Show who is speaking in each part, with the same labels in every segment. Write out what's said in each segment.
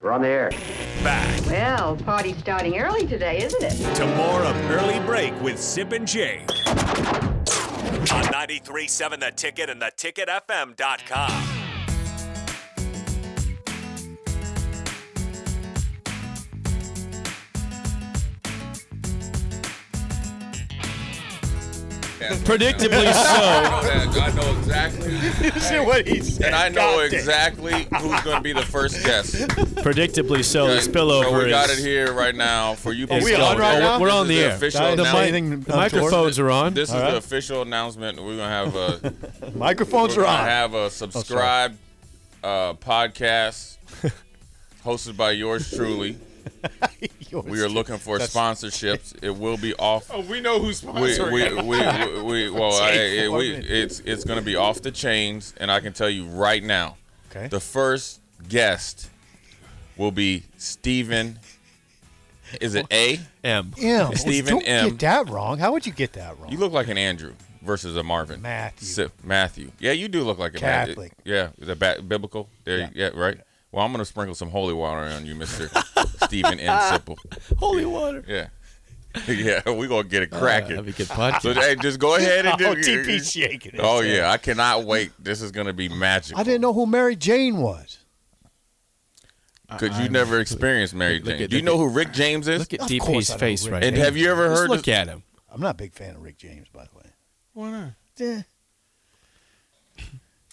Speaker 1: We're on the air.
Speaker 2: Back
Speaker 3: Well, party's starting early today, isn't it?
Speaker 2: to more of Early Break with Sip and Jay. On 93.7 The Ticket and theticketfm.com.
Speaker 4: Predictably so.
Speaker 5: Yeah, I know exactly.
Speaker 6: what he said.
Speaker 5: And I know exactly who's going to be the first guest.
Speaker 4: Predictably so. The spillover
Speaker 5: So we got it
Speaker 4: is.
Speaker 5: here right now for you.
Speaker 4: is
Speaker 6: we on
Speaker 4: going.
Speaker 6: right
Speaker 4: Oh,
Speaker 6: now?
Speaker 4: We're
Speaker 5: This
Speaker 4: on
Speaker 5: is
Speaker 4: the
Speaker 5: the
Speaker 4: air.
Speaker 5: official
Speaker 4: The
Speaker 5: announcement.
Speaker 4: mic-
Speaker 6: Anything
Speaker 4: the
Speaker 6: on
Speaker 4: microphones are on.
Speaker 5: This is
Speaker 6: All
Speaker 5: the
Speaker 6: right.
Speaker 5: official announcement. We're gonna have a
Speaker 6: Microphones
Speaker 5: we're
Speaker 6: are
Speaker 5: gonna
Speaker 6: on. Oh,
Speaker 5: have a subscribe uh, podcast hosted by yours truly.
Speaker 6: Yours.
Speaker 5: We are looking for sponsorships. It will be off.
Speaker 7: Oh, we know who's
Speaker 5: We,
Speaker 7: sponsoring.
Speaker 5: we, we, we, we- well, I, it- we,
Speaker 6: Foreman.
Speaker 5: it's it's gonna be off the chains, and I can tell you right now,
Speaker 6: Okay.
Speaker 5: the first guest will be Stephen. Is it A?
Speaker 4: M.
Speaker 6: M. Well,
Speaker 5: Stephen
Speaker 6: don't
Speaker 5: M.
Speaker 6: get that wrong. How would you get that wrong?
Speaker 5: You look like an Andrew versus a Marvin.
Speaker 6: Matthew.
Speaker 5: Si- Matthew. Yeah, you do look like a Matthew.
Speaker 6: Catholic.
Speaker 5: Yeah, is that ba- biblical? There, you yeah, right. Well, I'm gonna sprinkle some holy water on you, Mister Stephen M. Sipple.
Speaker 4: Holy water.
Speaker 5: Yeah, yeah, we gonna get it
Speaker 4: Uh,
Speaker 5: cracking.
Speaker 4: That'd be a good podcast.
Speaker 5: so hey, just go ahead and do
Speaker 6: oh, TP shaking.
Speaker 5: Oh yeah, I cannot wait. This is gonna be magic.
Speaker 6: I didn't know who Mary Jane was.
Speaker 5: Because you never experienced Mary
Speaker 4: look
Speaker 5: Jane.
Speaker 4: at-
Speaker 5: Do you
Speaker 4: look
Speaker 5: know who Rick James is?
Speaker 4: Look at
Speaker 6: Of course
Speaker 4: DP's
Speaker 6: I know
Speaker 4: face
Speaker 6: Rick
Speaker 4: right
Speaker 5: And
Speaker 4: now.
Speaker 5: have you ever
Speaker 4: Just
Speaker 5: heard?
Speaker 4: Look
Speaker 5: this-
Speaker 4: at him.
Speaker 6: I'm not a big fan of Rick James, by the way.
Speaker 7: Why not?
Speaker 6: Eh.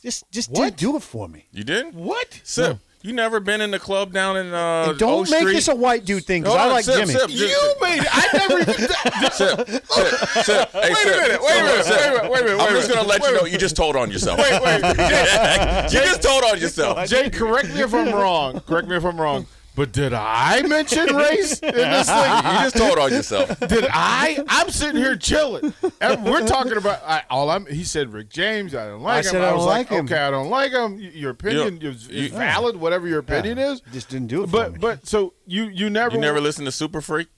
Speaker 6: Just, just
Speaker 7: What?
Speaker 6: did do it for me.
Speaker 5: You didn't?
Speaker 7: What?
Speaker 5: Sip. You never been in the club down in uh?
Speaker 6: And don't
Speaker 5: O
Speaker 6: make
Speaker 5: Street?
Speaker 6: this a white dude thing, because
Speaker 5: Hold
Speaker 6: I
Speaker 5: on,
Speaker 6: like
Speaker 5: sip,
Speaker 6: Jimmy.
Speaker 5: sip, just-
Speaker 7: You made it. I never even
Speaker 5: Sip, sip, sip. Hey,
Speaker 7: Wait a
Speaker 5: sip.
Speaker 7: minute, wait a minute,
Speaker 5: Sip.
Speaker 7: wait a minute, wait a minute,
Speaker 5: I'm
Speaker 7: wait a
Speaker 5: just gonna
Speaker 7: minute.
Speaker 5: let you
Speaker 7: Wait a
Speaker 5: know you just told on yourself.
Speaker 7: Wait, wait.
Speaker 5: you just told on yourself.
Speaker 7: Jay, correct me if I'm wrong. Correct me if I'm wrong. But did I mention race in this
Speaker 5: You
Speaker 7: thing?
Speaker 5: just told on yourself.
Speaker 7: Did I? I'm sitting here chilling, and we're talking about I, all I'm. He said Rick James. I don't like
Speaker 6: I
Speaker 7: him.
Speaker 6: said I
Speaker 7: I was
Speaker 6: don't
Speaker 7: like,
Speaker 6: like him.
Speaker 7: okay, I don't like him. Y- Your opinion is, is
Speaker 5: you-
Speaker 7: valid, whatever your opinion is.
Speaker 6: Just didn't do it for me.
Speaker 7: But but so you you never
Speaker 5: You never listened to Super Freak?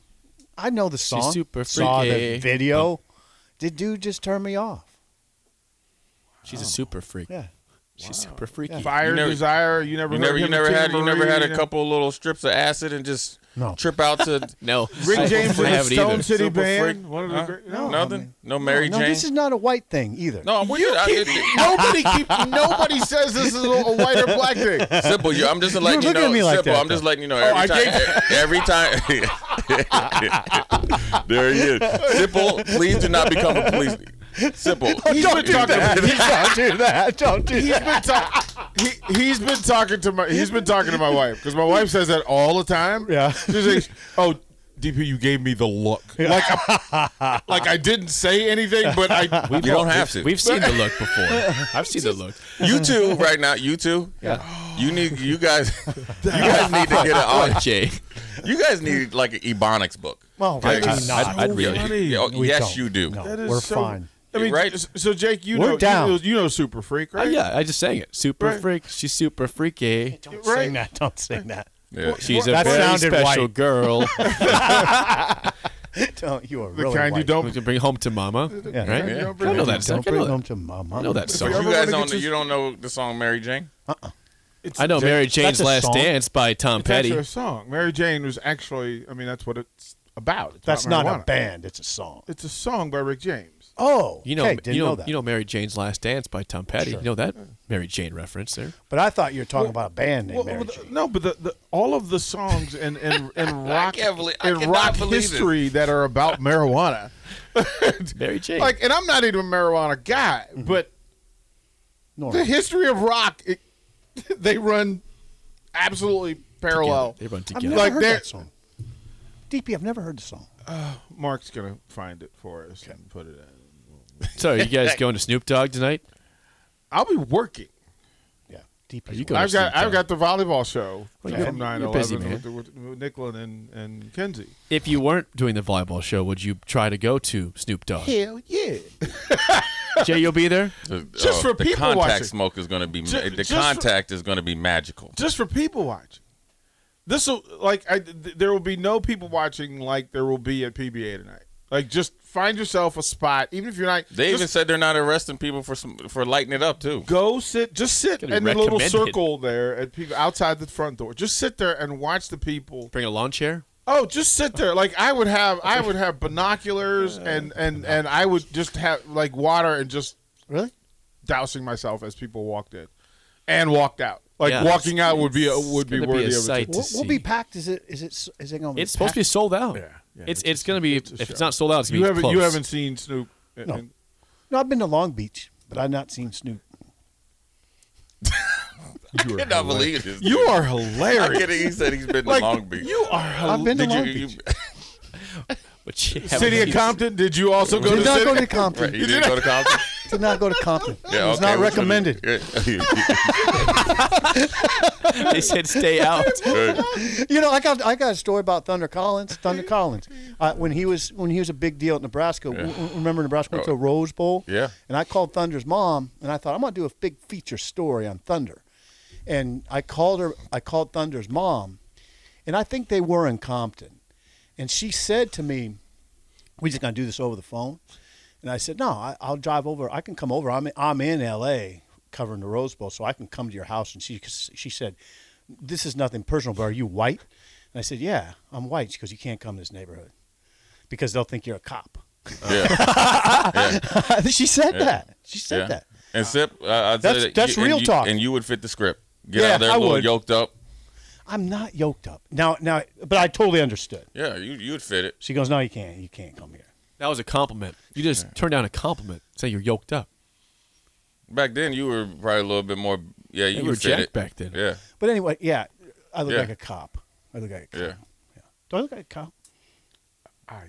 Speaker 6: I know the song.
Speaker 4: super
Speaker 6: Saw the
Speaker 4: freaky.
Speaker 7: Oh.
Speaker 6: video. The dude just turned me off.
Speaker 4: She's a super freak.
Speaker 6: Yeah.
Speaker 4: She's super freaky.
Speaker 7: fire
Speaker 5: You never-
Speaker 7: desire. You never
Speaker 5: You
Speaker 7: heard
Speaker 5: never, you
Speaker 7: him
Speaker 5: never
Speaker 7: and
Speaker 5: had,
Speaker 7: Tina
Speaker 5: you never had
Speaker 7: Marie
Speaker 5: a
Speaker 7: and-
Speaker 5: couple little strips of acid and just
Speaker 6: No.
Speaker 5: trip out to
Speaker 4: No. I-
Speaker 7: Rick James
Speaker 4: I
Speaker 7: with the
Speaker 4: haven't either.
Speaker 7: Stone City
Speaker 5: Super
Speaker 7: Band.
Speaker 5: Freak.
Speaker 7: One of the
Speaker 5: Huh?
Speaker 7: great- no.
Speaker 5: nothing. No Mary
Speaker 6: no,
Speaker 5: Jane.
Speaker 6: this is not a white thing either.
Speaker 5: no, I'm with you. I- it- it-
Speaker 7: Nobody keep, nobody says this is a a white or black thing.
Speaker 5: Simple, you, I'm just letting
Speaker 6: You're
Speaker 5: you
Speaker 6: looking
Speaker 5: know.
Speaker 6: at me like
Speaker 5: simple,
Speaker 6: that,
Speaker 5: I'm just
Speaker 6: though. Oh,
Speaker 5: letting you know. Every time,
Speaker 7: I
Speaker 5: every time. there he is. Simple, please do not become a police. Simple.
Speaker 6: don't do that. don't do that. Don't do that.
Speaker 7: Been talk- he, he's been talking to my he's been talking to my wife because my wife says that all the time.
Speaker 6: Yeah.
Speaker 7: she's like, "Oh, DP, you gave me the look. Like, I, like I didn't say anything, but I
Speaker 5: You don't have to.
Speaker 4: We've seen the look before. I've seen the look.
Speaker 5: You two, right now, you two. Yeah. You need, you guys, you guys need to get an
Speaker 4: Oh,
Speaker 5: audit.
Speaker 4: Jay.
Speaker 5: You guys need like an ebonics book.
Speaker 6: Well, we
Speaker 5: Like,
Speaker 6: Oh, do
Speaker 5: I'd-
Speaker 6: not.
Speaker 5: I'd read
Speaker 7: No,
Speaker 5: it.
Speaker 7: we
Speaker 5: Yeah, oh,
Speaker 6: We
Speaker 5: yes,
Speaker 6: don't.
Speaker 5: you do.
Speaker 6: No,
Speaker 7: That is
Speaker 6: we're
Speaker 7: so-
Speaker 6: fine.
Speaker 7: I mean,
Speaker 5: Right.
Speaker 7: s- So Jake, you
Speaker 6: We're
Speaker 7: know,
Speaker 6: down.
Speaker 7: You, know, you know Super Freak,
Speaker 4: Oh,
Speaker 7: right?
Speaker 4: yeah, I just sang it. Super
Speaker 7: Right.
Speaker 4: freak. She's super freaky.
Speaker 6: Don't
Speaker 7: Right.
Speaker 6: sing that. Don't sing that.
Speaker 5: Yeah.
Speaker 4: She's a
Speaker 6: That
Speaker 4: very
Speaker 6: sounded
Speaker 4: special
Speaker 6: white.
Speaker 4: girl.
Speaker 6: Don't. You are
Speaker 7: The
Speaker 6: really
Speaker 7: kind
Speaker 6: white.
Speaker 7: you
Speaker 4: We
Speaker 7: don't.
Speaker 4: can bring home to mama.
Speaker 6: Yeah.
Speaker 4: Right?
Speaker 5: Yeah.
Speaker 4: I know that song.
Speaker 6: Don't
Speaker 4: I know
Speaker 6: bring
Speaker 4: that-
Speaker 6: home to mama.
Speaker 4: I know that
Speaker 5: So
Speaker 4: song.
Speaker 5: you
Speaker 7: ever
Speaker 5: guys
Speaker 7: wanna
Speaker 5: don't,
Speaker 7: get you-
Speaker 5: you don't know the song Mary Jane?
Speaker 7: It's
Speaker 4: I know
Speaker 7: Jake-
Speaker 4: Mary Jane's
Speaker 6: a
Speaker 4: Last
Speaker 6: song?
Speaker 4: Dance by Tom
Speaker 7: It's
Speaker 4: Petty.
Speaker 7: actually a song. Mary Jane was actually. I mean, that's what it's about. It's
Speaker 6: That's not a
Speaker 7: marijuana.
Speaker 6: band. It's a song.
Speaker 7: It's a song by Rick James.
Speaker 6: Oh,
Speaker 4: You know,
Speaker 6: okay, didn't
Speaker 4: you know,
Speaker 6: that.
Speaker 4: you know Mary Jane's Last Dance by Tom Petty. You know that Mary Jane reference there.
Speaker 6: but I thought you were talking about a band named
Speaker 7: Well,
Speaker 6: Mary
Speaker 7: well, the-
Speaker 6: Jane.
Speaker 7: no, but the, the, all of the songs and and and rock
Speaker 5: can't belie- I
Speaker 7: and
Speaker 5: cannot
Speaker 7: rock
Speaker 5: believe it.
Speaker 7: history that are about marijuana.
Speaker 4: Mary Jane.
Speaker 7: Like, and I'm not even a marijuana guy, but
Speaker 6: Nor-
Speaker 7: the history of rock, it, they run absolutely parallel.
Speaker 4: they run
Speaker 6: I've
Speaker 4: together.
Speaker 6: never
Speaker 7: Like
Speaker 6: heard
Speaker 7: they're-
Speaker 6: that song. DP, I've never heard the song.
Speaker 7: Mark's gonna find it for us and put it in.
Speaker 4: so, you guys going to Snoop Dogg tonight?
Speaker 7: I'll be working.
Speaker 6: Yeah, DP.
Speaker 4: Are you going-
Speaker 7: I've got
Speaker 4: Snoop
Speaker 7: I've got the volleyball show
Speaker 4: Well,
Speaker 7: from
Speaker 4: you're-
Speaker 7: 9
Speaker 4: you're busy,
Speaker 7: 11
Speaker 4: man.
Speaker 7: with, with, with Nicklin and and Kenzie.
Speaker 4: If you weren't doing the volleyball show, would you try to go to Snoop Dogg?
Speaker 7: Hell yeah!
Speaker 4: Jay, you'll be there.
Speaker 7: Just for
Speaker 5: the
Speaker 7: people
Speaker 5: contact
Speaker 7: watching.
Speaker 5: smoke is going to be ma-
Speaker 7: Ju-
Speaker 5: the
Speaker 7: just for-
Speaker 5: contact is going to be magical.
Speaker 7: just for people watching. This will like I th- there will be no people watching like there will be at PBA tonight. Like, just find yourself a spot, even if you're not.
Speaker 5: They
Speaker 7: just
Speaker 5: even said they're not arresting people for some for lighting it up too.
Speaker 7: go sit, just sit
Speaker 4: Gotta be
Speaker 7: in the little
Speaker 4: recommended.
Speaker 7: circle there at people outside the front door. Just sit there and watch the people
Speaker 4: Bring a lawn chair.
Speaker 7: Oh, just sit there. Like I would have, I would have binoculars and and and I would just have like water and just
Speaker 6: Really?
Speaker 7: dousing myself as people walked in and walked out. Like
Speaker 4: Yeah,
Speaker 7: walking out would be a,
Speaker 4: it's
Speaker 7: would be
Speaker 4: gonna be
Speaker 7: worthy
Speaker 4: a
Speaker 7: of
Speaker 4: sight.
Speaker 7: it.
Speaker 4: to
Speaker 6: We'll, we'll be
Speaker 4: see.
Speaker 6: packed. Is it? Is it? s- Is it going to be?
Speaker 4: It's supposed to be
Speaker 6: packed?
Speaker 4: sold out.
Speaker 7: Yeah, yeah,
Speaker 4: it's it's going to be
Speaker 7: a
Speaker 4: if
Speaker 7: show.
Speaker 4: it's not sold out, it's going
Speaker 7: You
Speaker 4: to be
Speaker 7: haven't
Speaker 4: close.
Speaker 7: you haven't seen Snoop. in-
Speaker 6: No.
Speaker 7: in-
Speaker 6: No, I've been to Long Beach, but I've not seen Snoop.
Speaker 5: I cannot believe this.
Speaker 7: You
Speaker 5: dude.
Speaker 7: are
Speaker 5: I'm
Speaker 7: hilarious.
Speaker 5: kidding. He said he's been to
Speaker 7: Like,
Speaker 5: Long Beach.
Speaker 4: Oh,
Speaker 7: You are
Speaker 6: I've been
Speaker 7: hilarious.
Speaker 6: to
Speaker 5: Did you,
Speaker 6: Long Beach.
Speaker 4: But you haven't
Speaker 7: City of
Speaker 4: seen-
Speaker 7: Compton. Did you also go to
Speaker 6: Did not
Speaker 7: city?
Speaker 6: go
Speaker 5: you,
Speaker 6: to
Speaker 5: right,
Speaker 6: Compton.
Speaker 5: you didn't go to Compton?
Speaker 6: Did not go to Compton.
Speaker 5: Yeah,
Speaker 6: it was
Speaker 5: okay,
Speaker 6: not
Speaker 5: which one
Speaker 6: recommended.
Speaker 5: did you-
Speaker 4: They said stay out.
Speaker 5: Right.
Speaker 6: You know, I got I got a story about Thunder Collins. Thunder Collins, uh, when he was when he was a big deal at Nebraska. w- w- remember Nebraska went to a Rose Bowl.
Speaker 5: Yeah.
Speaker 6: And I called Thunder's mom, and I thought I'm going to do a big feature story on Thunder. And I called her. I called Thunder's mom, and I think they were in Compton, and she said to me, "We just going to do this over the phone." And I said, "No, I, I'll drive over. I can come over. I'm I'm in L.A. covering the Rose Bowl, so I can come to your house." And she she said, "This is nothing personal, but are you white?" And I said, "Yeah, I'm white." She goes, "You can't come to this neighborhood because they'll think you're a cop."
Speaker 5: Yeah,
Speaker 6: she said
Speaker 5: Yeah.
Speaker 6: that. She said
Speaker 5: yeah.
Speaker 6: that.
Speaker 5: And Sip, uh, I'd say
Speaker 6: That's-
Speaker 5: that
Speaker 6: that's
Speaker 5: you, and
Speaker 6: real
Speaker 5: you-
Speaker 6: talk.
Speaker 5: And you would fit the script. Get
Speaker 6: Yeah,
Speaker 5: out there, a
Speaker 6: I
Speaker 5: little
Speaker 6: would.
Speaker 5: yoked up.
Speaker 6: I'm not yoked up now. Now, but I totally understood.
Speaker 5: Yeah, you you'd fit it.
Speaker 6: She goes, "No, you can't. You can't come here."
Speaker 4: That was a compliment. You just turned down a compliment. Say you're yoked up.
Speaker 5: Back then, you were probably a little bit more. Yeah, you
Speaker 4: You
Speaker 5: would
Speaker 4: were
Speaker 5: fit
Speaker 4: jacked
Speaker 5: it.
Speaker 4: back then.
Speaker 5: Yeah,
Speaker 6: But anyway, yeah, I look
Speaker 5: Yeah.
Speaker 6: like a cop. I look like a cop.
Speaker 5: yeah.
Speaker 6: Do I look like a cop?
Speaker 7: I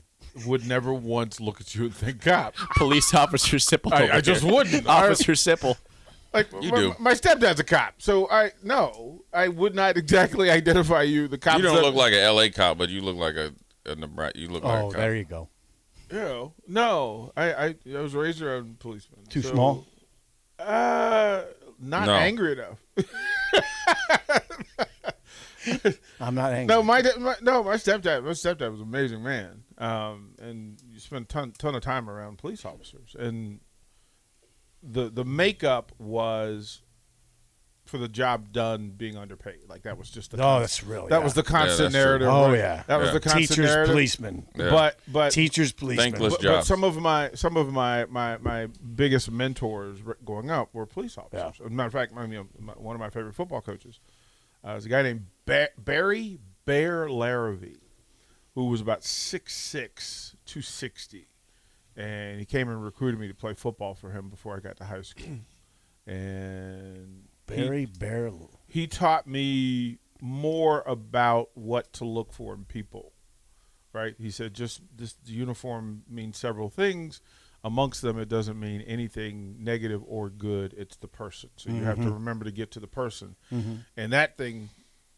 Speaker 7: would never once look at you and think, God,
Speaker 4: Police officer Sipple.
Speaker 7: I,
Speaker 4: over
Speaker 7: I just
Speaker 4: here.
Speaker 7: wouldn't. I-
Speaker 4: officer Sipple.
Speaker 7: Like
Speaker 5: You
Speaker 7: my,
Speaker 5: do.
Speaker 7: my stepdad's a cop, so I no, I would not exactly identify you. The cop.
Speaker 5: You don't look like a LA cop, but you look like a, a Nebra- you look like a
Speaker 6: Oh,
Speaker 5: cop.
Speaker 6: there you go.
Speaker 7: No, no. I, I I was raised around policemen.
Speaker 6: Too
Speaker 7: so-
Speaker 6: small.
Speaker 7: Uh, not
Speaker 5: No.
Speaker 7: angry enough.
Speaker 6: I'm not angry.
Speaker 7: No, my, da- my no, my stepdad. My stepdad was an amazing man. Um, and you spend ton ton of time around police officers, and the the makeup was for the job done being underpaid. Like that was just the
Speaker 6: oh, that's really
Speaker 7: that
Speaker 6: yeah.
Speaker 7: was the
Speaker 5: Yeah,
Speaker 7: constant
Speaker 5: that's true.
Speaker 7: narrative.
Speaker 6: Oh,
Speaker 7: right?
Speaker 6: yeah.
Speaker 7: that was
Speaker 5: Yeah.
Speaker 7: the constant
Speaker 6: teachers,
Speaker 7: narrative.
Speaker 6: policemen,
Speaker 5: Yeah.
Speaker 7: But but
Speaker 6: teachers, policemen.
Speaker 5: Thankless.
Speaker 7: but, but
Speaker 5: jobs.
Speaker 7: some of my some of my my my biggest mentors r- going up were police officers. As a matter of fact, my, you know, my- one of my favorite football coaches uh, is a guy named ba- Barry Bear Larrabee, who was about 6'6", 260. and he came and recruited me to play football for him before I got to high school. and he-
Speaker 6: Barry Barrel.
Speaker 7: he taught me more about what to look for in people right he said just this uniform means several things amongst them it doesn't mean anything negative or good it's the person so you have to remember to get to the person and that thing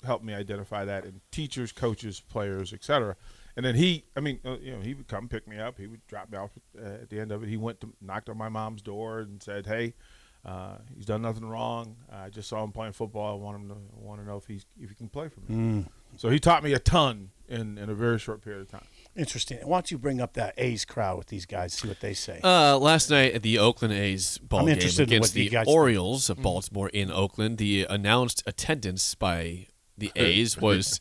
Speaker 7: helped me identify that in teachers coaches players etc and then he i mean uh, you know he would come pick me up he would drop me off uh, at the end of it he went to knocked on my mom's door and said hey uh, he's done nothing wrong. I just saw him playing football. I want him to I want to know if he's if he can play for me. So he taught me a ton in, in a very short period of time.
Speaker 6: Interesting. Why don't you bring up that A's crowd with these guys? See what they say.
Speaker 4: Uh, last night at the Oakland A's ball
Speaker 6: I'm
Speaker 4: game
Speaker 6: interested in
Speaker 4: against
Speaker 6: what you
Speaker 4: the
Speaker 6: guys- Mm-hmm.
Speaker 4: Orioles of Baltimore in Oakland, the announced attendance by the A's was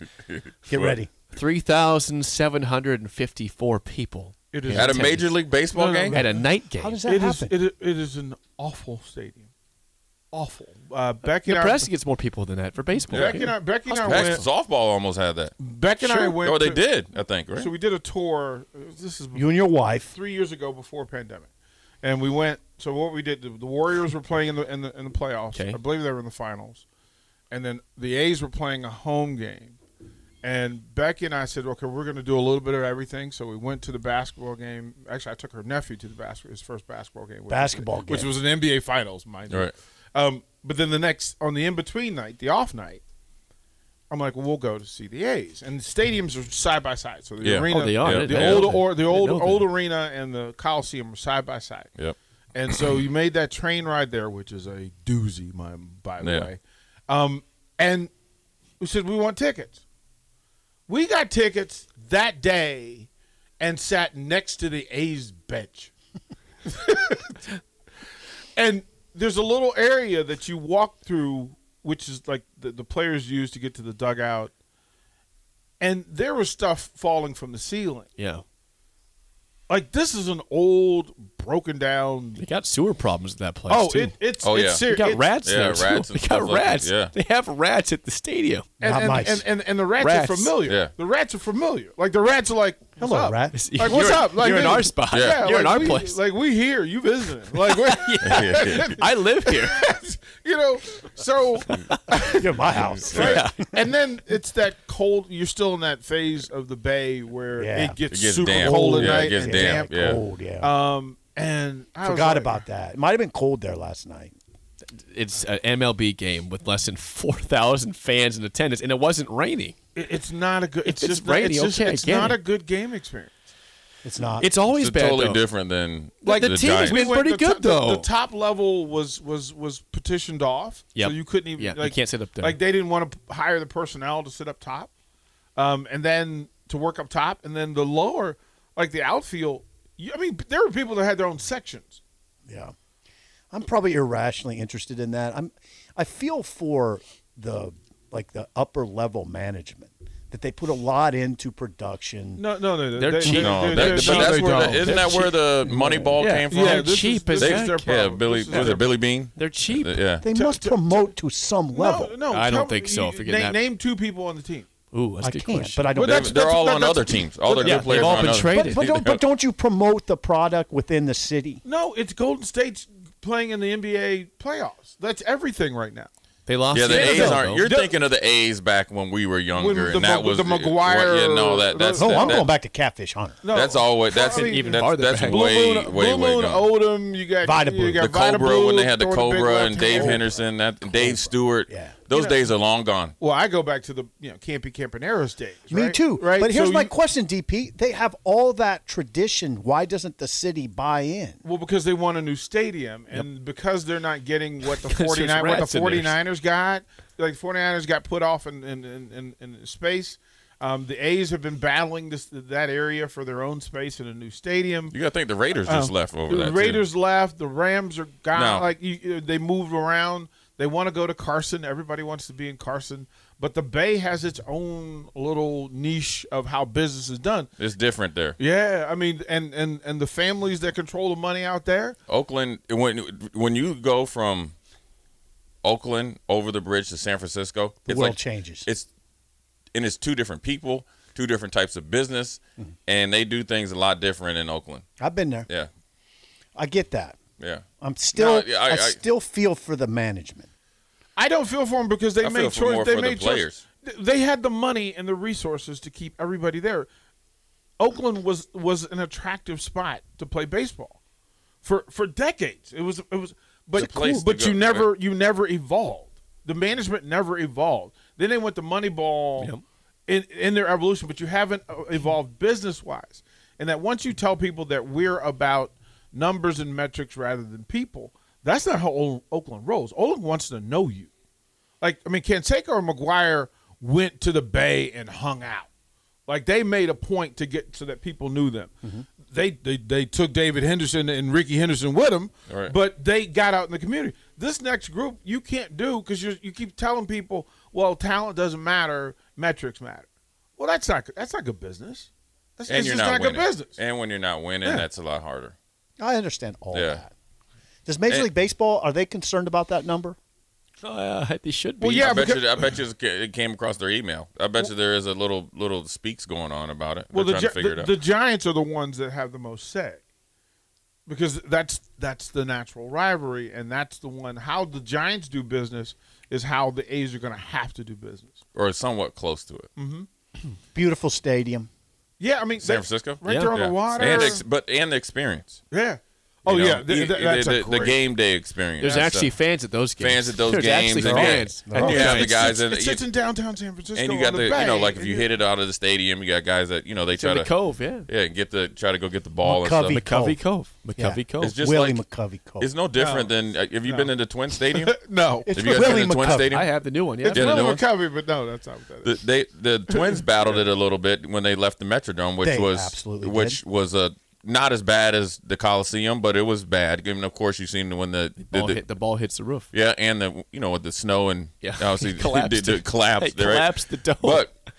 Speaker 6: Get ready.
Speaker 4: 3,754 people.
Speaker 7: It is
Speaker 5: At a major league baseball
Speaker 7: No, no,
Speaker 5: game,
Speaker 7: no.
Speaker 4: At a night game.
Speaker 6: How does that
Speaker 7: it is
Speaker 6: happen?
Speaker 7: it, is- it is an awful stadium. Awful. Uh, Becky and I,
Speaker 4: Nebraska gets more people than that for baseball.
Speaker 7: Becky and I, Becky and I
Speaker 5: Heck,
Speaker 7: went.
Speaker 5: softball almost had that.
Speaker 7: Becky and I went.
Speaker 5: oh, they
Speaker 7: to-
Speaker 5: did, I think. Right?
Speaker 7: So we did a tour. This is
Speaker 6: You and your wife.
Speaker 7: three years ago before pandemic, and we went. So what we did, the, the Warriors were playing in the in the in the playoffs.
Speaker 4: Okay.
Speaker 7: I believe they were in the finals, and then the A's were playing a home game. And Becky and I said, okay, we're going to do a little bit of everything. So we went to the basketball game. Actually, I took her nephew to the basket his first basketball game, which was-
Speaker 6: Basketball game.
Speaker 7: which was an NBA Finals, mind you.
Speaker 5: Right.
Speaker 7: Um, but then the next on the in between night, the off night. I'm like, well, we'll go to see the A's, and the stadiums are side by side. So the
Speaker 5: Yeah.
Speaker 7: arena,
Speaker 4: Oh, they are.
Speaker 5: Yeah.
Speaker 4: They-
Speaker 7: the
Speaker 4: they
Speaker 7: old
Speaker 4: know that.
Speaker 7: or the
Speaker 4: They
Speaker 7: old
Speaker 4: know that.
Speaker 7: old arena and the Coliseum were side by side.
Speaker 5: Yep.
Speaker 7: And so you made that train ride there, which is a doozy, my by the
Speaker 5: Yeah.
Speaker 7: way. Um, and we said we want tickets. We got tickets that day and sat next to the A's bench. and there's a little area that you walk through, which is like the, the players use to get to the dugout. And there was stuff falling from the ceiling.
Speaker 4: Yeah.
Speaker 7: Like this is an old, broken down.
Speaker 4: They got sewer problems at that place.
Speaker 7: Oh,
Speaker 4: too.
Speaker 7: it, it's
Speaker 5: Oh,
Speaker 7: it's
Speaker 5: yeah.
Speaker 4: They
Speaker 7: serious.
Speaker 4: got rats
Speaker 5: yeah,
Speaker 4: there
Speaker 5: rats
Speaker 4: too.
Speaker 5: and
Speaker 4: They
Speaker 5: stuff
Speaker 4: got
Speaker 5: like that,
Speaker 4: rats.
Speaker 5: yeah.
Speaker 4: They have rats at the stadium.
Speaker 7: and,
Speaker 6: Not
Speaker 7: and,
Speaker 6: mice.
Speaker 7: And, and, and the rats,
Speaker 4: Rats.
Speaker 7: are familiar.
Speaker 5: Yeah.
Speaker 7: The rats are familiar. Like the rats are like, what's
Speaker 6: Hello,
Speaker 7: up?
Speaker 6: rat.
Speaker 7: Like what's
Speaker 4: You're-
Speaker 7: up? Like
Speaker 4: you're in
Speaker 7: dude,
Speaker 4: our spot.
Speaker 7: Yeah,
Speaker 4: You're in
Speaker 7: like,
Speaker 4: our
Speaker 7: we-
Speaker 4: place.
Speaker 7: Like we here, you visiting? Like we're,
Speaker 4: I live here.
Speaker 7: you know. So
Speaker 6: You're my house.
Speaker 7: right? and then it's that cold. You're still in that phase of the bay where
Speaker 6: Yeah.
Speaker 7: it gets,
Speaker 5: It gets
Speaker 7: super
Speaker 5: damp.
Speaker 7: cold at
Speaker 5: Yeah, it
Speaker 7: night
Speaker 5: gets
Speaker 7: and
Speaker 5: damp, yeah.
Speaker 6: Cold, yeah.
Speaker 7: Um, and I was
Speaker 6: Forgot
Speaker 7: like-
Speaker 6: about that. It might have been cold there last night.
Speaker 4: it's an MLB game with less than four thousand fans in attendance, and it wasn't raining.
Speaker 7: It, it's not a good. It's,
Speaker 4: If it's
Speaker 7: just not-
Speaker 4: rainy,
Speaker 7: It's, just,
Speaker 4: okay, I
Speaker 7: it's
Speaker 4: get
Speaker 7: not
Speaker 4: it.
Speaker 7: a good game experience.
Speaker 6: It's not.
Speaker 4: It's always
Speaker 5: It's
Speaker 4: bad.
Speaker 5: totally
Speaker 4: though.
Speaker 5: different than
Speaker 4: Like, the team
Speaker 5: Giants.
Speaker 4: is It's pretty
Speaker 7: the
Speaker 4: good,
Speaker 7: top- the-
Speaker 4: though.
Speaker 7: The, top level was was was petitioned off,
Speaker 4: Yep.
Speaker 7: so you couldn't even.
Speaker 4: Yeah, you
Speaker 7: like,
Speaker 4: can't sit up there.
Speaker 7: Like they didn't want to hire the personnel to sit up top, um, and then to work up top, and then the lower, like the outfield. You, I mean, there were people that had their own sections.
Speaker 6: yeah. I'm probably irrationally interested in that. I'm. I feel for the like the upper level management that they put a lot into production.
Speaker 7: No, no, no,
Speaker 4: They're cheap.
Speaker 5: No, that,
Speaker 7: they're- they're-
Speaker 5: but
Speaker 7: no,
Speaker 5: that's
Speaker 7: they
Speaker 5: where the,
Speaker 7: don't.
Speaker 5: isn't that where the money ball
Speaker 4: Yeah.
Speaker 5: came from?
Speaker 4: Yeah,
Speaker 7: Yeah,
Speaker 4: they're
Speaker 7: this
Speaker 4: cheap
Speaker 7: is,
Speaker 4: as
Speaker 7: this
Speaker 4: heck.
Speaker 7: is their
Speaker 5: yeah,
Speaker 7: problem.
Speaker 5: Billy
Speaker 7: This is
Speaker 5: was
Speaker 7: their
Speaker 5: it Billy Bean?
Speaker 4: They're cheap.
Speaker 5: Uh, Yeah,
Speaker 6: They must promote to some level.
Speaker 7: No, no,
Speaker 4: I don't
Speaker 7: tell
Speaker 4: think
Speaker 7: me-
Speaker 4: so,
Speaker 7: you-
Speaker 4: if you're getting
Speaker 7: name,
Speaker 4: that-
Speaker 7: name two people on the team.
Speaker 4: Ooh, that's
Speaker 6: I
Speaker 4: a good
Speaker 6: can't.
Speaker 4: question.
Speaker 6: But I don't.
Speaker 7: Well,
Speaker 5: they're,
Speaker 7: that's-
Speaker 5: they're
Speaker 7: that's-
Speaker 5: all
Speaker 7: that-
Speaker 5: on
Speaker 7: that's-
Speaker 5: other teams. All their
Speaker 4: Yeah,
Speaker 5: good players
Speaker 4: they've all
Speaker 5: are on
Speaker 4: been
Speaker 5: other-
Speaker 4: traded.
Speaker 6: but, but don't, but don't you promote the product within the city?
Speaker 7: No, it's Golden State's playing in the NBA playoffs. That's everything right now.
Speaker 4: They lost.
Speaker 5: Yeah, the
Speaker 4: Seattle,
Speaker 5: A's aren't.
Speaker 4: though.
Speaker 5: You're thinking of the A's back when we were younger,
Speaker 7: When the
Speaker 5: and that
Speaker 7: Mag-
Speaker 5: was
Speaker 7: the Maguire-
Speaker 5: Yeah, no, that that's
Speaker 6: Oh,
Speaker 5: that,
Speaker 6: I'm
Speaker 5: that-
Speaker 6: going back to Catfish Hunter.
Speaker 7: No,
Speaker 5: That's always that's
Speaker 7: Probably
Speaker 5: even
Speaker 4: even
Speaker 5: that's,
Speaker 4: farther
Speaker 5: that's
Speaker 4: back.
Speaker 5: way
Speaker 4: Blue
Speaker 5: way
Speaker 7: Moon,
Speaker 5: way,
Speaker 7: Blue Moon
Speaker 5: gone.
Speaker 7: Odom. You got
Speaker 6: Vida Blue.
Speaker 5: the
Speaker 7: You got Vida
Speaker 5: Cobra
Speaker 7: Blue,
Speaker 5: when they had the
Speaker 7: throwing big
Speaker 5: Cobra
Speaker 7: left
Speaker 5: and Dave
Speaker 7: hand.
Speaker 5: Henderson, that and Dave Stewart.
Speaker 6: Yeah.
Speaker 5: Those days are long gone.
Speaker 7: Well, I go back to the you know Campy Campaneros days.
Speaker 6: Me
Speaker 7: right?
Speaker 6: too.
Speaker 7: Right.
Speaker 6: But here's
Speaker 7: So
Speaker 6: my
Speaker 7: you-
Speaker 6: question, DP. They have all that tradition. Why doesn't the city buy in?
Speaker 7: Well, because they want a new stadium, and because they're not getting what the
Speaker 4: there's
Speaker 7: 49 what
Speaker 4: rats
Speaker 7: the
Speaker 4: in there.
Speaker 7: 49ers got, like 49ers got put off in in, in, in, in space. Um, the A's have been battling this that area for their own space in a new stadium.
Speaker 5: You got to think the Raiders just
Speaker 7: Uh,
Speaker 5: left over
Speaker 7: the
Speaker 5: that. too.
Speaker 7: Raiders left. The Rams are gone.
Speaker 5: No.
Speaker 7: Like you, you- they moved around. They want to go to Carson. Everybody wants to be in Carson, but the Bay has its own little niche of how business is done.
Speaker 5: It's different there.
Speaker 7: Yeah, I mean, and and and the families that control the money out there.
Speaker 5: Oakland when when you go from Oakland over the bridge to San Francisco,
Speaker 6: The
Speaker 5: it's
Speaker 6: world
Speaker 5: like
Speaker 6: changes.
Speaker 5: it's and it's two different people, two different types of business,
Speaker 7: Mm-hmm.
Speaker 5: and they do things a lot different in Oakland.
Speaker 6: I've been there.
Speaker 5: Yeah,
Speaker 6: I get that.
Speaker 5: yeah.
Speaker 6: I'm still.
Speaker 5: No, I-
Speaker 6: I,
Speaker 5: I-
Speaker 6: still feel for the management.
Speaker 7: I don't feel for them because they
Speaker 5: I feel
Speaker 7: made
Speaker 5: for
Speaker 7: choice.
Speaker 5: more
Speaker 7: they
Speaker 5: for the
Speaker 7: made choice.
Speaker 5: players.
Speaker 7: Th- They had the money and the resources to keep everybody there. Oakland was was an attractive spot to play baseball for for decades. It was it was
Speaker 5: It's
Speaker 7: but
Speaker 5: a place to
Speaker 7: but
Speaker 5: go,
Speaker 7: you never you never evolved. The management never evolved. Then they went to Moneyball in in their evolution, but you haven't uh, evolved business wise. And that once you tell people that we're about numbers and metrics rather than people, that's not how Ol- Oakland rolls. Oakland wants to know you. Like I mean, Canseco or McGuire went to the Bay and hung out. Like they made a point to get so that people knew them.
Speaker 5: Mm-hmm.
Speaker 7: They, they they took David Henderson and Ricky Henderson with them,
Speaker 5: Right.
Speaker 7: but they got out in the community. This next group you can't do because you you keep telling people, well, talent doesn't matter, metrics matter. Well, that's not good- that's not good business. That's
Speaker 5: And
Speaker 7: it's
Speaker 5: you're
Speaker 7: just
Speaker 5: not,
Speaker 7: not, good
Speaker 5: winning.
Speaker 7: business.
Speaker 5: And when you're not winning,
Speaker 7: Yeah.
Speaker 5: that's a lot harder.
Speaker 6: I understand all
Speaker 5: Yeah.
Speaker 6: that. Does Major
Speaker 5: And-
Speaker 6: League Baseball are they concerned about that number?
Speaker 4: Uh, they should be.
Speaker 7: Well, yeah,
Speaker 5: I bet
Speaker 7: because-
Speaker 5: you. I bet you it came across their email. I bet you there is a little little speaks going on about it.
Speaker 7: Well,
Speaker 5: They're
Speaker 7: the,
Speaker 5: trying to
Speaker 7: Gi-
Speaker 5: figure
Speaker 7: the,
Speaker 5: it
Speaker 7: the
Speaker 5: out.
Speaker 7: Giants are the ones that have the most say because that's that's the natural rivalry, and that's the one how the Giants do business is how the A's are going to have to do business.
Speaker 5: or somewhat close to it.
Speaker 7: Mm-hmm.
Speaker 6: Beautiful stadium.
Speaker 7: Yeah, I mean
Speaker 5: San
Speaker 7: they-
Speaker 5: Francisco,
Speaker 7: right
Speaker 4: Yeah.
Speaker 7: there on
Speaker 5: Yeah.
Speaker 7: the water.
Speaker 5: and ex- but and the experience.
Speaker 7: yeah, Oh,
Speaker 5: you know,
Speaker 7: yeah, th- th-
Speaker 5: the,
Speaker 7: that's a
Speaker 5: the- the
Speaker 7: great-
Speaker 5: game day experience.
Speaker 4: There's
Speaker 5: That's
Speaker 4: actually
Speaker 5: a-
Speaker 4: fans at those games.
Speaker 5: fans at those
Speaker 4: There's
Speaker 5: games.
Speaker 4: actually
Speaker 5: and yeah.
Speaker 4: fans.
Speaker 5: And you have the
Speaker 7: It's-
Speaker 5: guys
Speaker 7: it's-
Speaker 5: that
Speaker 7: it sits in downtown San Francisco.
Speaker 5: and you
Speaker 7: on
Speaker 5: got the, you know
Speaker 7: bay,
Speaker 5: like if
Speaker 7: and
Speaker 5: you hit it out of the stadium, you got guys that you know they
Speaker 4: It's in
Speaker 5: try
Speaker 4: the
Speaker 5: to
Speaker 4: Cove, yeah.
Speaker 5: yeah and get the try to go get the ball and
Speaker 6: McCovey.
Speaker 5: stuff.
Speaker 4: McCovey Cove.
Speaker 6: Yeah.
Speaker 4: McCovey Cove.
Speaker 5: It's just
Speaker 6: Willie
Speaker 5: like
Speaker 6: McCovey Cole.
Speaker 5: it's no different than uh, have you been into Twin Stadium?
Speaker 7: No,
Speaker 6: It's
Speaker 5: have you guys
Speaker 6: Willie
Speaker 5: been to Twin
Speaker 6: McCovey.
Speaker 5: Stadium?
Speaker 4: I have the new one, yeah.
Speaker 7: it's
Speaker 5: Yeah, the
Speaker 7: Willie
Speaker 5: new one.
Speaker 7: McCovey, but no, that's not what that is.
Speaker 5: The, they the Twins battled it a little bit when they left the Metrodome, which
Speaker 6: They
Speaker 5: was
Speaker 6: absolutely
Speaker 5: which was a not as bad as the Coliseum, but it was bad. And of course, you seen when the, the-
Speaker 4: ball
Speaker 5: the-
Speaker 4: hit, the ball hits the roof.
Speaker 5: yeah, and the you know with the snow and
Speaker 4: Yeah.
Speaker 5: obviously
Speaker 4: It collapsed.
Speaker 5: the, the collapse,
Speaker 4: It
Speaker 5: right?
Speaker 4: collapsed the dome.
Speaker 5: But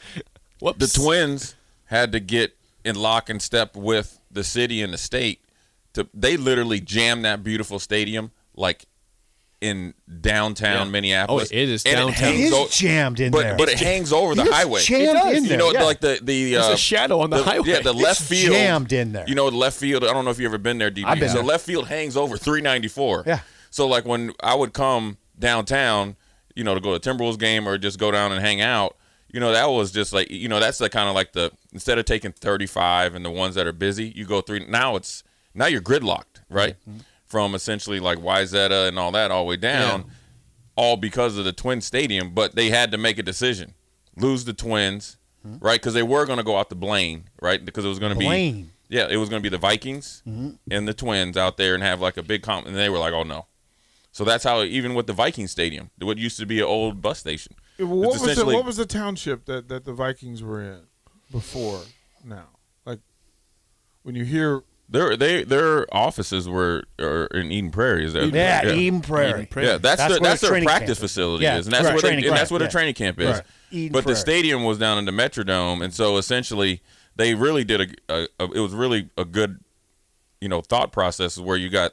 Speaker 4: Whoops.
Speaker 5: the Twins had to get in lock and step with the city and the state. To they literally jammed that beautiful stadium like in downtown
Speaker 4: Yeah.
Speaker 5: Minneapolis.
Speaker 4: Oh, it is
Speaker 5: And
Speaker 4: downtown.
Speaker 6: It
Speaker 5: hangs
Speaker 6: is
Speaker 5: o-
Speaker 6: jammed in
Speaker 5: but,
Speaker 6: there.
Speaker 5: But it hangs over the
Speaker 6: It's
Speaker 5: highway.
Speaker 6: jammed It does. in
Speaker 5: you
Speaker 6: there,
Speaker 5: know,
Speaker 6: yeah.
Speaker 5: like the the
Speaker 4: There's
Speaker 5: uh,
Speaker 4: a shadow on the, highway.
Speaker 5: yeah, the left
Speaker 6: It's
Speaker 5: field
Speaker 6: jammed in there.
Speaker 5: You know, the left field. I don't know if you've ever been there, DP.
Speaker 6: I've been
Speaker 5: so
Speaker 6: there.
Speaker 5: left field hangs over 394.
Speaker 6: Yeah.
Speaker 5: So like when I would come downtown, you know, to go to Timberwolves game or just go down and hang out. You know, that was just like you know, that's the kind of like the instead of taking 35 and the ones that are busy, you go three. Now it's now you're gridlocked, right?
Speaker 6: Mm-hmm.
Speaker 5: From essentially like Wyzetta and all that all the way down all because of the Twin Stadium, but they had to make a decision: lose the Twins, right? Because they were going to go out to Blaine, right? Because it was going to be
Speaker 6: Hmm? Blaine. Hmm?
Speaker 5: yeah, it was going to be the Vikings and the Twins out there and have like a big comp, and they were like, oh no. So that's how even with the Viking Stadium, what used to be an old bus station,
Speaker 7: What
Speaker 5: it's
Speaker 7: was the,
Speaker 5: essentially-
Speaker 7: what was the township that, that the Vikings were in before now? Like when you hear
Speaker 5: their they their offices were are in Eden Prairie. Is there?
Speaker 6: yeah, Eden Prairie.
Speaker 5: Yeah, that's,
Speaker 6: That's
Speaker 5: the,
Speaker 6: where
Speaker 5: that's
Speaker 6: the
Speaker 5: their
Speaker 6: training
Speaker 5: practice
Speaker 6: camp is.
Speaker 5: facility
Speaker 6: Yeah,
Speaker 5: is, and that's
Speaker 6: right.
Speaker 5: where they,
Speaker 6: Training
Speaker 5: and
Speaker 6: camp,
Speaker 5: that's where
Speaker 6: yeah.
Speaker 5: their training camp is.
Speaker 7: Right.
Speaker 6: Eden
Speaker 5: but the
Speaker 6: Prairie.
Speaker 5: stadium was down in the Metrodome, and so essentially they really did a, a, a it was really a good, you know, thought process where you got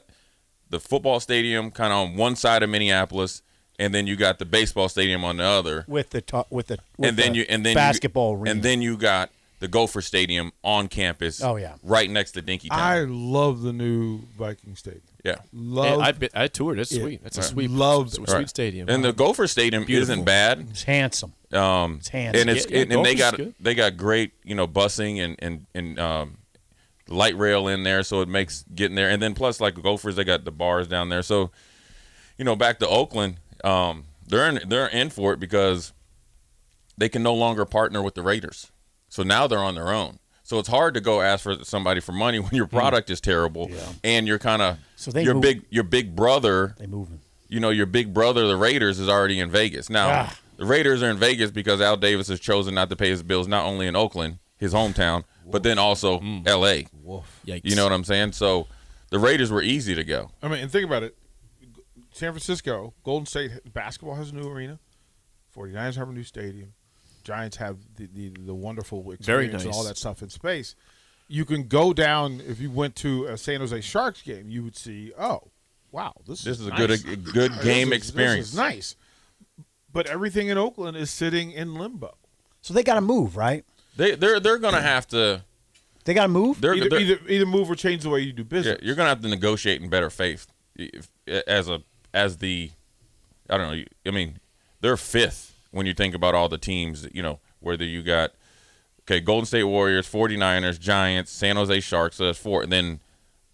Speaker 5: the football stadium kind of on one side of Minneapolis, and then you got the baseball stadium on the other,
Speaker 6: with the to- with the with
Speaker 5: and then
Speaker 6: the
Speaker 5: you and then
Speaker 6: basketball
Speaker 5: you,
Speaker 6: arena.
Speaker 5: and then you got the Gopher Stadium on campus.
Speaker 6: Oh, yeah.
Speaker 5: right next to Dinky Town.
Speaker 7: I love the new Viking Stadium.
Speaker 5: yeah.
Speaker 7: Love
Speaker 4: I, been, I toured. That's
Speaker 7: Yeah.
Speaker 4: sweet. That's a
Speaker 7: Right.
Speaker 4: sweet,
Speaker 7: Loved
Speaker 4: that's a
Speaker 7: it.
Speaker 4: sweet
Speaker 5: Right.
Speaker 4: stadium.
Speaker 5: And the Gopher Stadium
Speaker 4: Beautiful.
Speaker 5: isn't bad.
Speaker 6: it's handsome.
Speaker 5: Um,
Speaker 6: It's hands.
Speaker 5: and it's
Speaker 4: Yeah, yeah,
Speaker 5: and, and they
Speaker 4: Gopher's
Speaker 5: got
Speaker 4: good.
Speaker 5: they got great you know busing and and and um, light rail in there, so it makes getting there. And then plus like Gophers, they got the bars down there. So you know back to Oakland, um, they're in they're in for it because they can no longer partner with the Raiders. So now they're on their own. So it's hard to go ask for somebody for money when your product is terrible and you're kind of
Speaker 6: Hmm. So they
Speaker 5: your
Speaker 6: move-
Speaker 5: big your big brother
Speaker 6: They moving.
Speaker 5: you know, your big brother, the Raiders, is already in Vegas. Now,
Speaker 6: Ah.
Speaker 5: the Raiders are in Vegas because Al Davis has chosen not to pay his bills, not only in Oakland, his hometown, but then also
Speaker 7: Mm.
Speaker 5: L.A.
Speaker 4: Yikes.
Speaker 5: You know what I'm saying? So the Raiders were easy to go.
Speaker 7: I mean, and think about it. San Francisco, Golden State basketball has a new arena. 49ers have a new stadium. Giants have the, the, the wonderful experience
Speaker 4: Very
Speaker 7: and
Speaker 4: nice.
Speaker 7: all that stuff in space. You can go down if you went to a San Jose Sharks game, you would see, oh, wow, this,
Speaker 5: This is a
Speaker 7: nice.
Speaker 5: good a good
Speaker 7: This
Speaker 5: game
Speaker 7: is-
Speaker 5: experience.
Speaker 7: This is nice. But everything in Oakland is sitting in limbo.
Speaker 6: So they got to move, right?
Speaker 5: They they're they're gonna have to
Speaker 6: They got to move.
Speaker 5: they're,
Speaker 7: Either,
Speaker 5: they're-
Speaker 7: either, either move or change the way you do
Speaker 5: yeah,
Speaker 7: business.
Speaker 5: you're gonna have to negotiate in better faith if, as a as the I don't know. I mean, they're fifth when you think about all the teams. You know, whether you got okay, Golden State Warriors, 49ers, Giants, San Jose Sharks. So that's four. And then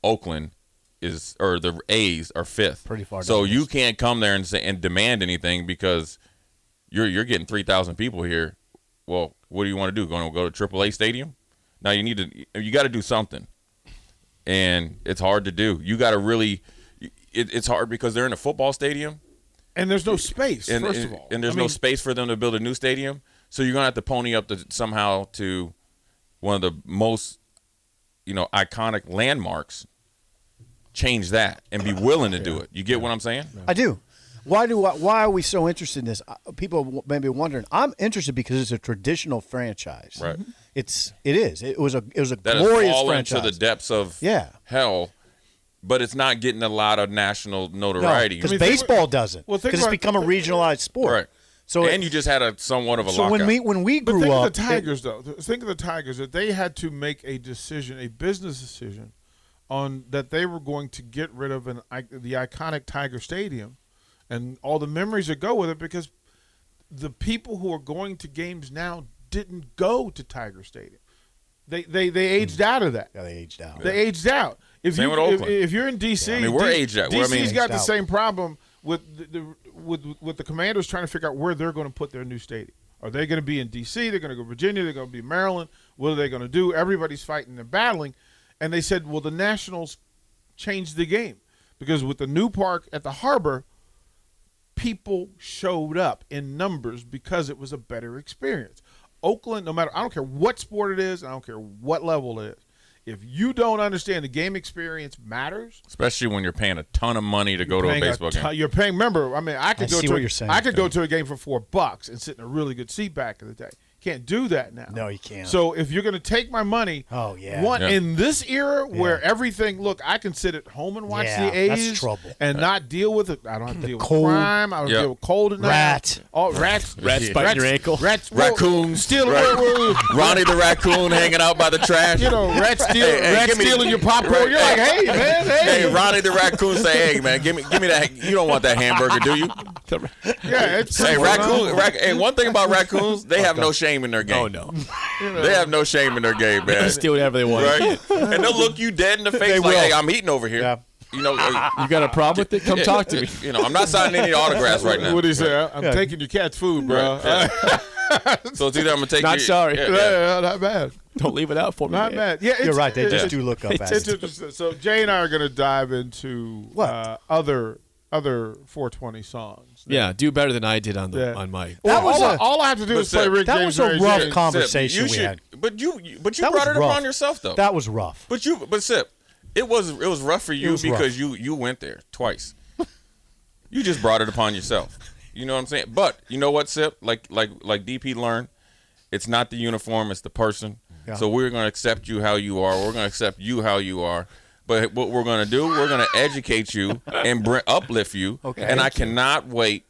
Speaker 5: Oakland is or the A's are fifth.
Speaker 6: Pretty far
Speaker 5: So
Speaker 6: down the
Speaker 5: you can't come there and say, and demand anything because you're you're getting three thousand people here. Well, what do you want to do? Going to go to AAA Stadium? Now you need to you got to do something, and it's hard to do. You got to really. It, it's hard because they're in a football stadium
Speaker 7: And there's no space,
Speaker 5: and,
Speaker 7: first
Speaker 5: and-
Speaker 7: of all.
Speaker 5: and there's
Speaker 7: I
Speaker 5: no
Speaker 7: mean,
Speaker 5: space for them to build a new stadium. So you're gonna have to pony up to somehow to one of the most, you know, iconic landmarks. Change that and be willing to do it. You get what I'm saying?
Speaker 6: I do. Why do I, why are we so interested in this? Uh, People w- may be wondering. I'm interested because it's a traditional franchise.
Speaker 5: Right.
Speaker 6: It's it is. It was a it was a
Speaker 5: That has
Speaker 6: glorious
Speaker 5: fallen
Speaker 6: franchise.
Speaker 5: to the depths of
Speaker 6: Yeah.
Speaker 5: hell, but it's not getting a lot of national notoriety.
Speaker 6: because
Speaker 7: I mean, think
Speaker 6: baseball
Speaker 7: about-
Speaker 6: doesn't.
Speaker 7: well, think
Speaker 6: because
Speaker 7: about-
Speaker 6: it's become a regionalized sport.
Speaker 5: Right.
Speaker 6: So it-
Speaker 5: and you just had a somewhat of a
Speaker 6: so
Speaker 5: lockout.
Speaker 6: when we when we
Speaker 7: But
Speaker 6: grew
Speaker 7: think
Speaker 6: up,
Speaker 7: of the Tigers, though. Th- Think of the Tigers that they had to make a decision, a business decision, on that they were going to get rid of an i- the iconic Tiger Stadium, and all the memories that go with it, because the people who are going to games now didn't go to Tiger Stadium. They they they aged out of that.
Speaker 6: yeah, they aged out.
Speaker 7: They aged out, If
Speaker 5: Hmm. Same
Speaker 7: you,
Speaker 5: with
Speaker 7: if-
Speaker 5: Oakland.
Speaker 7: If, you're in DC,
Speaker 5: I mean, we're
Speaker 7: D-
Speaker 5: aged that. We're- I
Speaker 7: DC's
Speaker 5: mean-
Speaker 7: got the
Speaker 6: Aged out.
Speaker 7: same problem with the, the with with the Commanders trying to figure out where they're going to put their new stadium. Are they going to be in DC? They're going to go Virginia. They're going to be Maryland. What are they going to do? Everybody's fighting and battling, and they said, well, the Nationals changed the game because with the new park at the harbor, people showed up in numbers because it was a better experience. Oakland, no matter, I don't care what sport it is, I don't care what level it is. If you don't understand the game experience matters,
Speaker 5: especially when you're paying a ton of money to go to a
Speaker 7: paying
Speaker 5: baseball
Speaker 7: ton-
Speaker 5: game.
Speaker 7: You're paying. Remember, I mean, I could
Speaker 6: I
Speaker 7: go
Speaker 6: see
Speaker 7: to
Speaker 6: what
Speaker 7: a-
Speaker 6: you're saying.
Speaker 7: I could go to a game for four bucks and sit in a really good seat back in the day. Can't do that now.
Speaker 6: No, you can't.
Speaker 7: So if you're going to take my money,
Speaker 6: Oh, yeah.
Speaker 7: one
Speaker 5: Yeah.
Speaker 7: in this era where everything, look, I can sit at home and watch
Speaker 6: Yeah,
Speaker 7: the
Speaker 6: that's
Speaker 7: A's
Speaker 6: trouble.
Speaker 7: and not deal with it. I don't have to deal
Speaker 6: cold.
Speaker 7: with crime. I don't
Speaker 5: Yeah.
Speaker 7: deal with cold at night.
Speaker 6: Rat.
Speaker 7: Oh, rats,
Speaker 4: Rats biting your ankle.
Speaker 7: rats, well,
Speaker 5: Raccoons,
Speaker 7: stealing.
Speaker 5: Ra-
Speaker 7: well, well,
Speaker 5: Ronnie the raccoon hanging out by the trash.
Speaker 7: you know, rats stealing,
Speaker 5: Hey, hey,
Speaker 7: rats
Speaker 5: give me-
Speaker 7: stealing your popcorn.
Speaker 5: Right.
Speaker 7: You're like, hey man, hey,
Speaker 5: Hey, Ronnie the raccoon say, "Hey, man, give me, give me that. You don't want that hamburger, do you?"
Speaker 7: yeah, it's
Speaker 5: Hey,
Speaker 7: pretty phenomenal.
Speaker 5: raccoon. Rac- hey, one thing about raccoons, they have no shame in their game.
Speaker 4: Oh no,
Speaker 5: They have no shame in their game,
Speaker 4: they
Speaker 5: man.
Speaker 4: steal whatever they want.
Speaker 5: Right? And they'll look you dead in the face like,
Speaker 4: will.
Speaker 5: "Hey, I'm eating over here."
Speaker 6: Yeah.
Speaker 5: You know, uh,
Speaker 4: You got a problem with it? Come talk to me.
Speaker 5: you know, I'm not signing any autographs right now.
Speaker 7: What do you say? I'm taking your cat's food, bro.
Speaker 5: Right, yeah. so it's either I'm gonna take
Speaker 4: Not
Speaker 5: your-
Speaker 4: sorry.
Speaker 5: yeah, yeah.
Speaker 7: Yeah, not bad.
Speaker 4: Don't leave it out for me.
Speaker 7: Not
Speaker 4: man.
Speaker 7: bad. Yeah, it's,
Speaker 6: You're right. They
Speaker 7: it-
Speaker 6: just
Speaker 7: it's-
Speaker 6: do look up at
Speaker 7: It's
Speaker 6: it.
Speaker 7: interesting. So Jay and I are going to dive into
Speaker 6: What?
Speaker 7: Uh, other other 420 songs.
Speaker 4: Yeah, do better than I did on the
Speaker 7: Yeah.
Speaker 4: on my.
Speaker 6: That
Speaker 7: all,
Speaker 6: was
Speaker 7: I-
Speaker 6: a-
Speaker 7: all I have to do
Speaker 5: But
Speaker 7: is play
Speaker 5: Seth,
Speaker 7: Rick
Speaker 6: that was
Speaker 7: James.
Speaker 6: a
Speaker 7: Mary
Speaker 6: rough
Speaker 7: Jane.
Speaker 6: con- conversation
Speaker 5: Sip, you
Speaker 6: we
Speaker 5: should,
Speaker 6: had.
Speaker 5: But you, you- but you
Speaker 6: That was
Speaker 5: brought it
Speaker 6: rough.
Speaker 5: upon yourself though.
Speaker 6: That was rough.
Speaker 5: but you, but Sip, it was it was rough for you
Speaker 6: was
Speaker 5: because
Speaker 6: rough.
Speaker 5: you you went there twice. you just brought it upon yourself. You know what I'm saying? But you know what, Sip? Like like like DP learned, it's not the uniform, it's the person.
Speaker 6: Yeah.
Speaker 5: So we're gonna accept you how you are. We're gonna accept you how you are. But what we're gonna do, we're gonna educate you and br- uplift you.
Speaker 6: Okay.
Speaker 5: And I cannot wait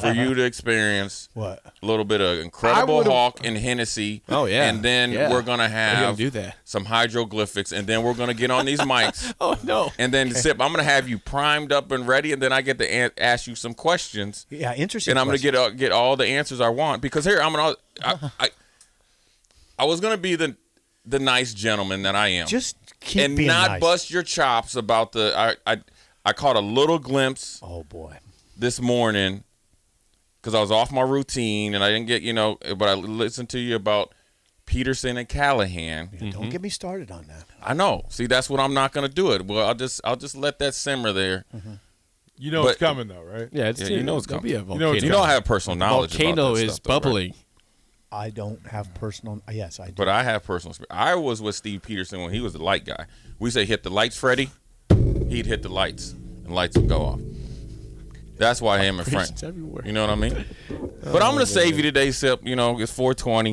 Speaker 5: for you to experience
Speaker 6: What?
Speaker 5: a little bit of
Speaker 7: I
Speaker 5: Incredible
Speaker 7: would've-
Speaker 5: Hawk and Hennessy.
Speaker 4: Oh, yeah.
Speaker 5: And then
Speaker 4: Yeah.
Speaker 5: we're
Speaker 6: Oh,
Speaker 5: gonna
Speaker 4: gonna
Speaker 5: have
Speaker 4: do that.
Speaker 5: some hydroglyphics, and then we're gonna get on these mics,
Speaker 4: Oh no.
Speaker 5: and then sip. I'm gonna have you primed up and ready, and then I get to an- ask you some questions,
Speaker 6: Yeah, interesting.
Speaker 5: and I'm gonna
Speaker 6: question.
Speaker 5: get uh, get all the answers I want because here I'm gonna I I, I was gonna be the the nice gentleman that I am,
Speaker 6: just keep
Speaker 5: and
Speaker 6: being
Speaker 5: not
Speaker 6: nice.
Speaker 5: bust your chops about the I I I caught a little glimpse
Speaker 6: Oh boy.
Speaker 5: this morning because I was off my routine and I didn't get, you know, but I listened to you about Peterson and Callahan.
Speaker 6: Don't get me started on that.
Speaker 5: I know. See, that's what I'm not going to do it. Well, I'll just I'll just let that simmer there.
Speaker 7: You know it's
Speaker 5: But-
Speaker 7: coming though, right?
Speaker 4: Yeah, it's,
Speaker 5: Yeah, you know it's
Speaker 4: there'll
Speaker 5: coming.
Speaker 4: Mm-hmm. Be a
Speaker 7: know
Speaker 4: volcano.
Speaker 7: it's
Speaker 5: You don't have personal knowledge. about
Speaker 4: volcano
Speaker 5: that
Speaker 4: is
Speaker 5: stuff, though, right?
Speaker 4: bubbling.
Speaker 6: I don't have personal. Yes, I do.
Speaker 5: But I have personal. spe- I was with Steve Peterson when he was the light guy. We say hit the lights, Freddie. He'd hit the lights, and lights would go off. That's why him and Frank.
Speaker 4: Vibrations everywhere. Oh,
Speaker 5: You know what I mean? But I'm gonna save you today, Sip. You know it's 4:20.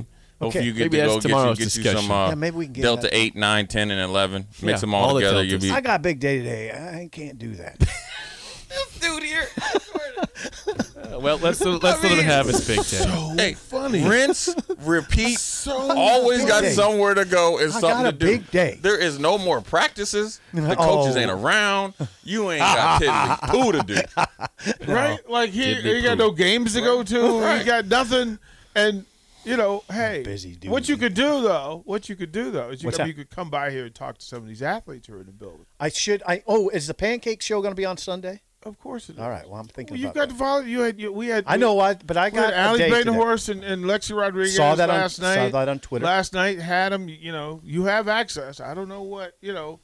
Speaker 5: Hopefully
Speaker 6: Okay.
Speaker 5: you get to
Speaker 4: Maybe that's
Speaker 5: go get you,
Speaker 4: tomorrow's
Speaker 5: get you
Speaker 4: discussion.
Speaker 5: some uh,
Speaker 6: Yeah, maybe we can get
Speaker 5: Delta
Speaker 6: that.
Speaker 5: 8, 9, 10, and 11. Mix
Speaker 4: Yeah,
Speaker 5: them all,
Speaker 4: all the
Speaker 5: together. You'll be
Speaker 4: deltas.
Speaker 6: I got a big day today. I can't do that.
Speaker 4: Uh, well, let's let's let him have his big day.
Speaker 5: hey, funny. Rinse, repeat. always
Speaker 6: big
Speaker 5: got
Speaker 6: day.
Speaker 5: somewhere to go and
Speaker 6: I
Speaker 5: something
Speaker 6: got a
Speaker 5: to do.
Speaker 6: big day.
Speaker 5: There is no more practices. The coaches
Speaker 6: Oh.
Speaker 5: ain't around. You ain't got tiddly poo to do.
Speaker 7: Right? Like he,
Speaker 4: Diddly
Speaker 7: he got
Speaker 4: poo.
Speaker 7: no games to go to. He got nothing, and you know, hey,
Speaker 6: busy dude.
Speaker 7: what you could do though, what you could do though is you,
Speaker 6: What's
Speaker 7: I mean,
Speaker 6: that?
Speaker 7: you could come by here and talk to some of these athletes who are in the building.
Speaker 6: I should. I oh, is the pancake show going to be on Sunday?
Speaker 7: Of course it is.
Speaker 6: All right. Well, I'm thinking
Speaker 7: Well, you
Speaker 6: about
Speaker 7: got to
Speaker 6: that.
Speaker 7: follow. You had you, we had.
Speaker 6: I know. I but I
Speaker 7: We had
Speaker 6: got
Speaker 7: Ali
Speaker 6: a day today.
Speaker 7: Badenhorst and, and Lexi Rodriguez
Speaker 6: Saw that on-
Speaker 7: last
Speaker 6: saw
Speaker 7: night.
Speaker 6: that on Twitter.
Speaker 7: Last night had him. You know, you have access. I don't know what you know.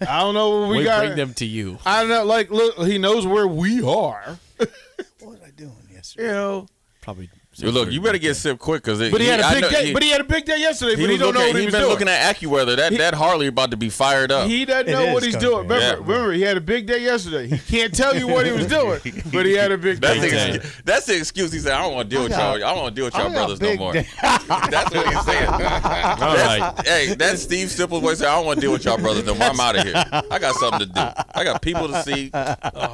Speaker 7: I don't know. What we
Speaker 4: We,
Speaker 7: got.
Speaker 4: bring them to you.
Speaker 7: I don't know. Like, look, he knows where we are.
Speaker 6: What was I doing yesterday?
Speaker 7: You know,
Speaker 4: Probably.
Speaker 5: Look, you better get Sip quick because
Speaker 7: but he, had
Speaker 5: I
Speaker 7: a big
Speaker 5: know-
Speaker 7: day.
Speaker 5: he-
Speaker 7: but he had a big day yesterday.
Speaker 5: He
Speaker 7: but he
Speaker 5: was
Speaker 7: don't know
Speaker 5: looking at,
Speaker 7: what he
Speaker 5: he
Speaker 7: was
Speaker 5: been
Speaker 7: doing.
Speaker 5: looking at AccuWeather. That that Harley about to be fired up.
Speaker 7: He doesn't
Speaker 6: It
Speaker 7: know what
Speaker 6: is
Speaker 7: he's
Speaker 6: gonna
Speaker 7: doing.
Speaker 6: be.
Speaker 7: Remember,
Speaker 5: Yeah.
Speaker 7: remember, he had a big day yesterday. He can't tell you what he was doing, but he had a big
Speaker 5: that's,
Speaker 7: day.
Speaker 5: the excuse, that's the excuse he said. I don't want to deal with y'all. I don't want to deal with y'all
Speaker 6: I got a
Speaker 5: brothers no
Speaker 6: big
Speaker 5: more.
Speaker 6: day.
Speaker 5: That's what he's saying.
Speaker 4: All right.
Speaker 5: hey, that's Steve Simple's way. Say, I don't want to deal with y'all brothers no more. I'm out of here. I got something to do. I got people to see, and,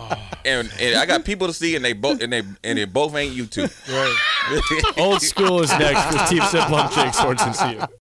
Speaker 5: and I got people to see, and they both and they and they both ain't you two.
Speaker 7: Right.
Speaker 4: Old school is next with Team Simplon Jake Swords and you.